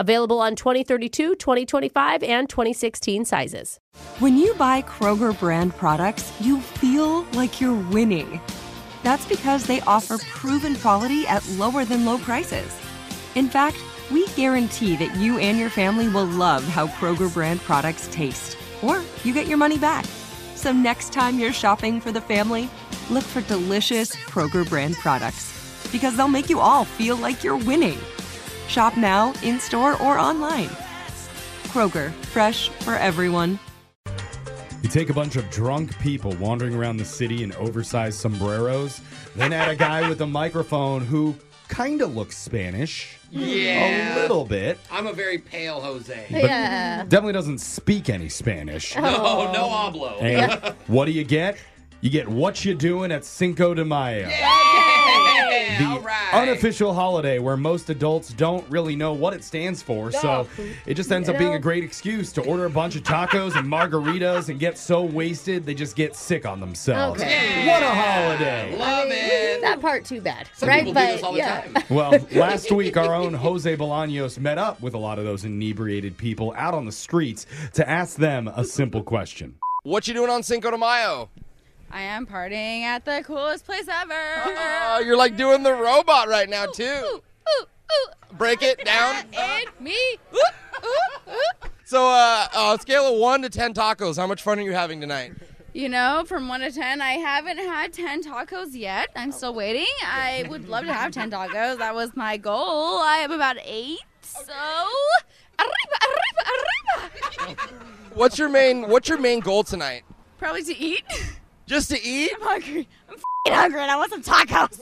Available on 2032, 2025, and 2016 sizes. When you buy Kroger brand products, you feel like you're winning. That's because they offer proven quality at lower than low prices. In fact, we guarantee that you and your family will love how Kroger brand products taste, or you get your money back. So next time you're shopping for the family, look for delicious Kroger brand products because they'll make you all feel like you're winning. Shop now, in store, or online. Kroger, fresh for everyone. You take a bunch of drunk people wandering around the city in oversized sombreros, then add a guy with a microphone who kind of looks Spanish. Yeah. A little bit. I'm a very pale Jose. But Definitely doesn't speak any Spanish. Oh, No, Oh, no hablo. And what do you get? You get what you doing at Cinco de Mayo. Yeah, The all right. unofficial holiday where most adults don't really know what it stands for, so it just ends up being a great excuse to order a bunch of tacos and margaritas and get so wasted they just get sick on themselves. Okay. What a holiday! Love it. That part too bad, Some right? people but do this all the yeah, time. Well, last week, our own Jose Bolaños met up with a lot of those inebriated people out on the streets to ask them a simple question. What you doing on Cinco de Mayo? I am partying at the coolest place ever. Uh, Oh, you're like doing the robot right now too. Ooh, ooh, Break it down. and me. Ooh, ooh, ooh. So, uh, uh, scale of one to ten tacos. How much fun are you having tonight? You know, from one to ten, I haven't had ten tacos yet. I'm still waiting. I would love to have ten tacos. That was my goal. I am about eight. So, arriba, arriba, arriba. What's your main What's your main goal tonight? Probably to eat. Just to eat? I'm hungry. I'm f***ing hungry, and I want some tacos.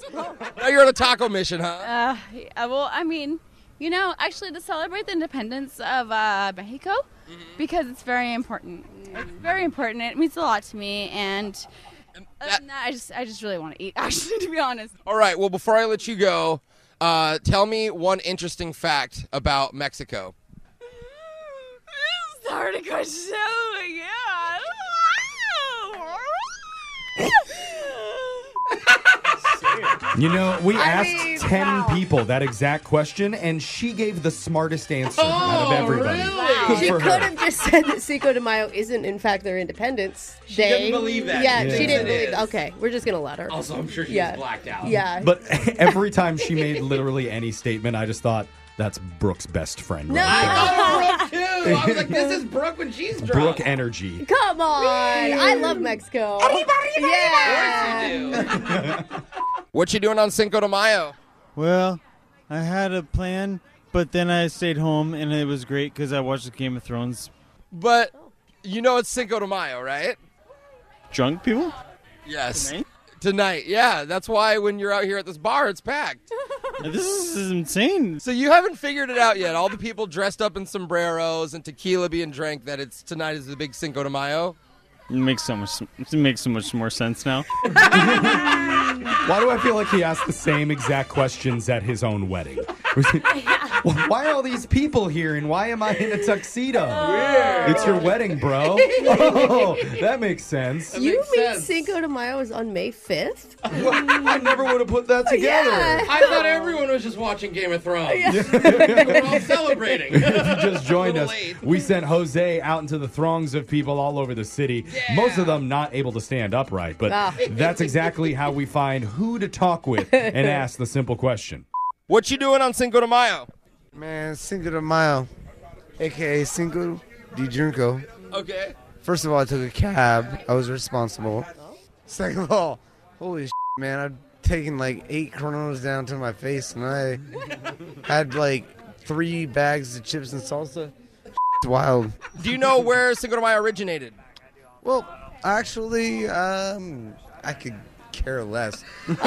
Now you're on a taco mission, huh? Uh, yeah, well, I mean, you know, actually to celebrate the independence of uh, Mexico because it's very important. It's very important. It means a lot to me, and other that- than that, I just, I just really want to eat. Actually, to be honest, All right. Well, before I let you go, uh, tell me one interesting fact about Mexico. it's hard to go so yeah. You know, we asked 10 people that exact question, and she gave the smartest answer out of everybody. Good she for could her. have just said that Cinco de Mayo isn't in fact their Independence she Day. didn't believe that. Yeah, She she thinks didn't it believe. is. Okay, we're just gonna let her. Also, I'm sure she's Yeah. blacked out. yeah. But every time she made literally any statement, I just thought, that's Brooke's best friend. No. I Right thought of Brooke too. I was like, this is Brooke when she's there. drunk. Brooke energy. Come on, I love Mexico. yeah. Brooke. What you doing on Cinco de Mayo? Well, I had a plan, but then I stayed home, and it was great because I watched Game of Thrones. But you know it's Cinco de Mayo, right? Drunk people? Yes. Tonight, yeah. That's why when you're out here at this bar, it's packed. This is insane. So you haven't figured it out yet. All the people dressed up in sombreros and tequila being drank that it's tonight is the big Cinco de Mayo. It makes so much. It makes so much more sense now. Why do I feel like he asked the same exact questions at his own wedding? why are all these people here and why am I in a tuxedo? Weird. It's your wedding, bro. Oh, that makes sense. You makes mean sense. Cinco de Mayo is on May 5th? I never would have put that together. Yeah. I thought everyone was just watching Game of Thrones. We're all celebrating. If you just joined Little us, late. we sent Jose out into the throngs of people all over the city. Most of them not able to stand upright, but Ah. that's exactly how we find who to talk with and ask the simple question. What you doing on Cinco de Mayo? Man, Cinco de Mayo, aka Cinco de Junco. Okay. First of all, I took a cab. I was responsible. Second of all, holy shit, man, I've taken like eight Coronas down to my face, and I had like three bags of chips and salsa. It's wild. Do you know where Cinco de Mayo originated? Well, actually, um, I could care less. It's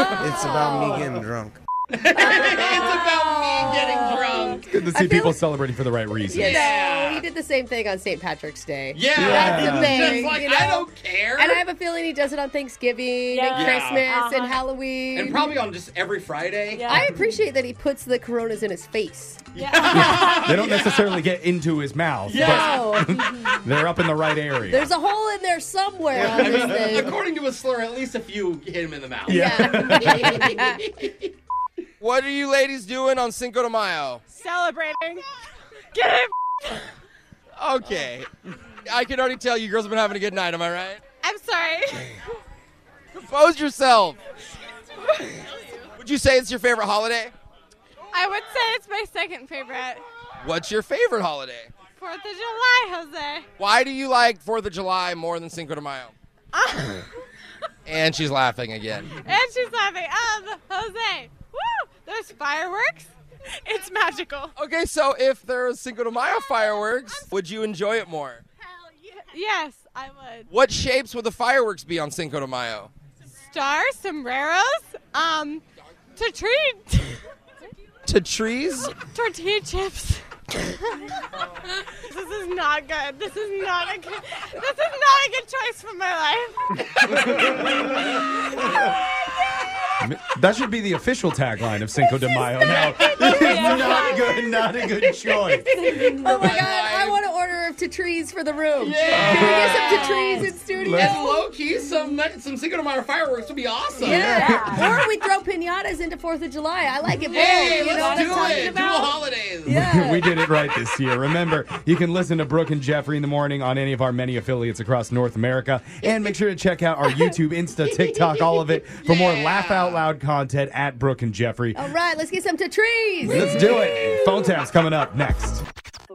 about me getting drunk. It's about me getting drunk. Good to see feel people like- celebrating for the right reason. Yeah. No, he did the same thing on St. Patrick's Day. Yeah. That's the thing, Just like, you I know? don't care. And I have a feeling he does it on Thanksgiving Yeah. and Christmas Uh-huh. and Halloween. and probably on just every Friday. Yeah. I appreciate that he puts the coronas in his face. They don't necessarily get into his mouth, No, but they're up in the right area. there's a hole in there somewhere on I this mean, thing. according to a slur, at least a few hit him in the mouth. Yeah. What are you ladies doing on Cinco de Mayo? Celebrating. Get it. Okay. I can already tell you girls have been having a good night, am I right? I'm sorry. Expose yourself. Would you say it's your favorite holiday? I would say it's my second favorite. What's your favorite holiday? Fourth of July, Jose. Why do you like 4th of July more than Cinco de Mayo? and she's laughing again. And she's laughing. Um, Jose. Woo! There's fireworks. It's magical. Okay, so if there was Cinco de Mayo fireworks, would you enjoy it more? Hell yeah. Yes, I would. What shapes would the fireworks be on Cinco de Mayo? Star sombreros. Um, to treat To trees? tortilla chips. this is not good. This is not a good. This is not a good choice for my life. That should be the official tagline of Cinco de Mayo. Now, not good, not a good choice. oh my god, I want to order of Tatrice for the room. Yeah. Can we get some Tatrice in studio? And low key, some night- some Cinco de Mayo fireworks would be awesome. Yeah. or we throw pinatas into Fourth of July. I like it both. Hey, you know let's what I'm do talking it. about? Dual holidays. Yeah. we did it right this year. Remember, you can listen to Brooke and Jeffrey in the morning on any of our many affiliates across North America. And make sure to check out our YouTube, Insta, TikTok, all of it for more Yeah. laugh out loud content at Brooke and Jeffrey. All right, let's get some Tatrice. Let's do it. Phone tap's coming up next.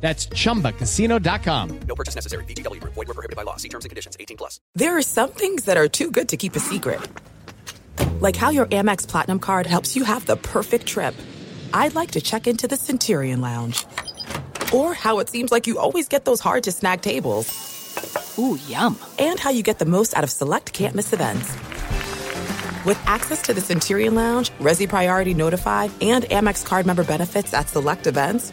That's chumbacasino.com. No purchase necessary. VGW Group. Void were prohibited by law. See terms and conditions. 18 plus. There are some things that are too good to keep a secret. Like how your Amex Platinum card helps you have the perfect trip. I'd like to check into the Centurion Lounge. Or how it seems like you always get those hard to snag tables. Ooh, yum. And how you get the most out of select can't miss events. With access to the Centurion Lounge, Resi Priority Notify, and Amex card member benefits at select events,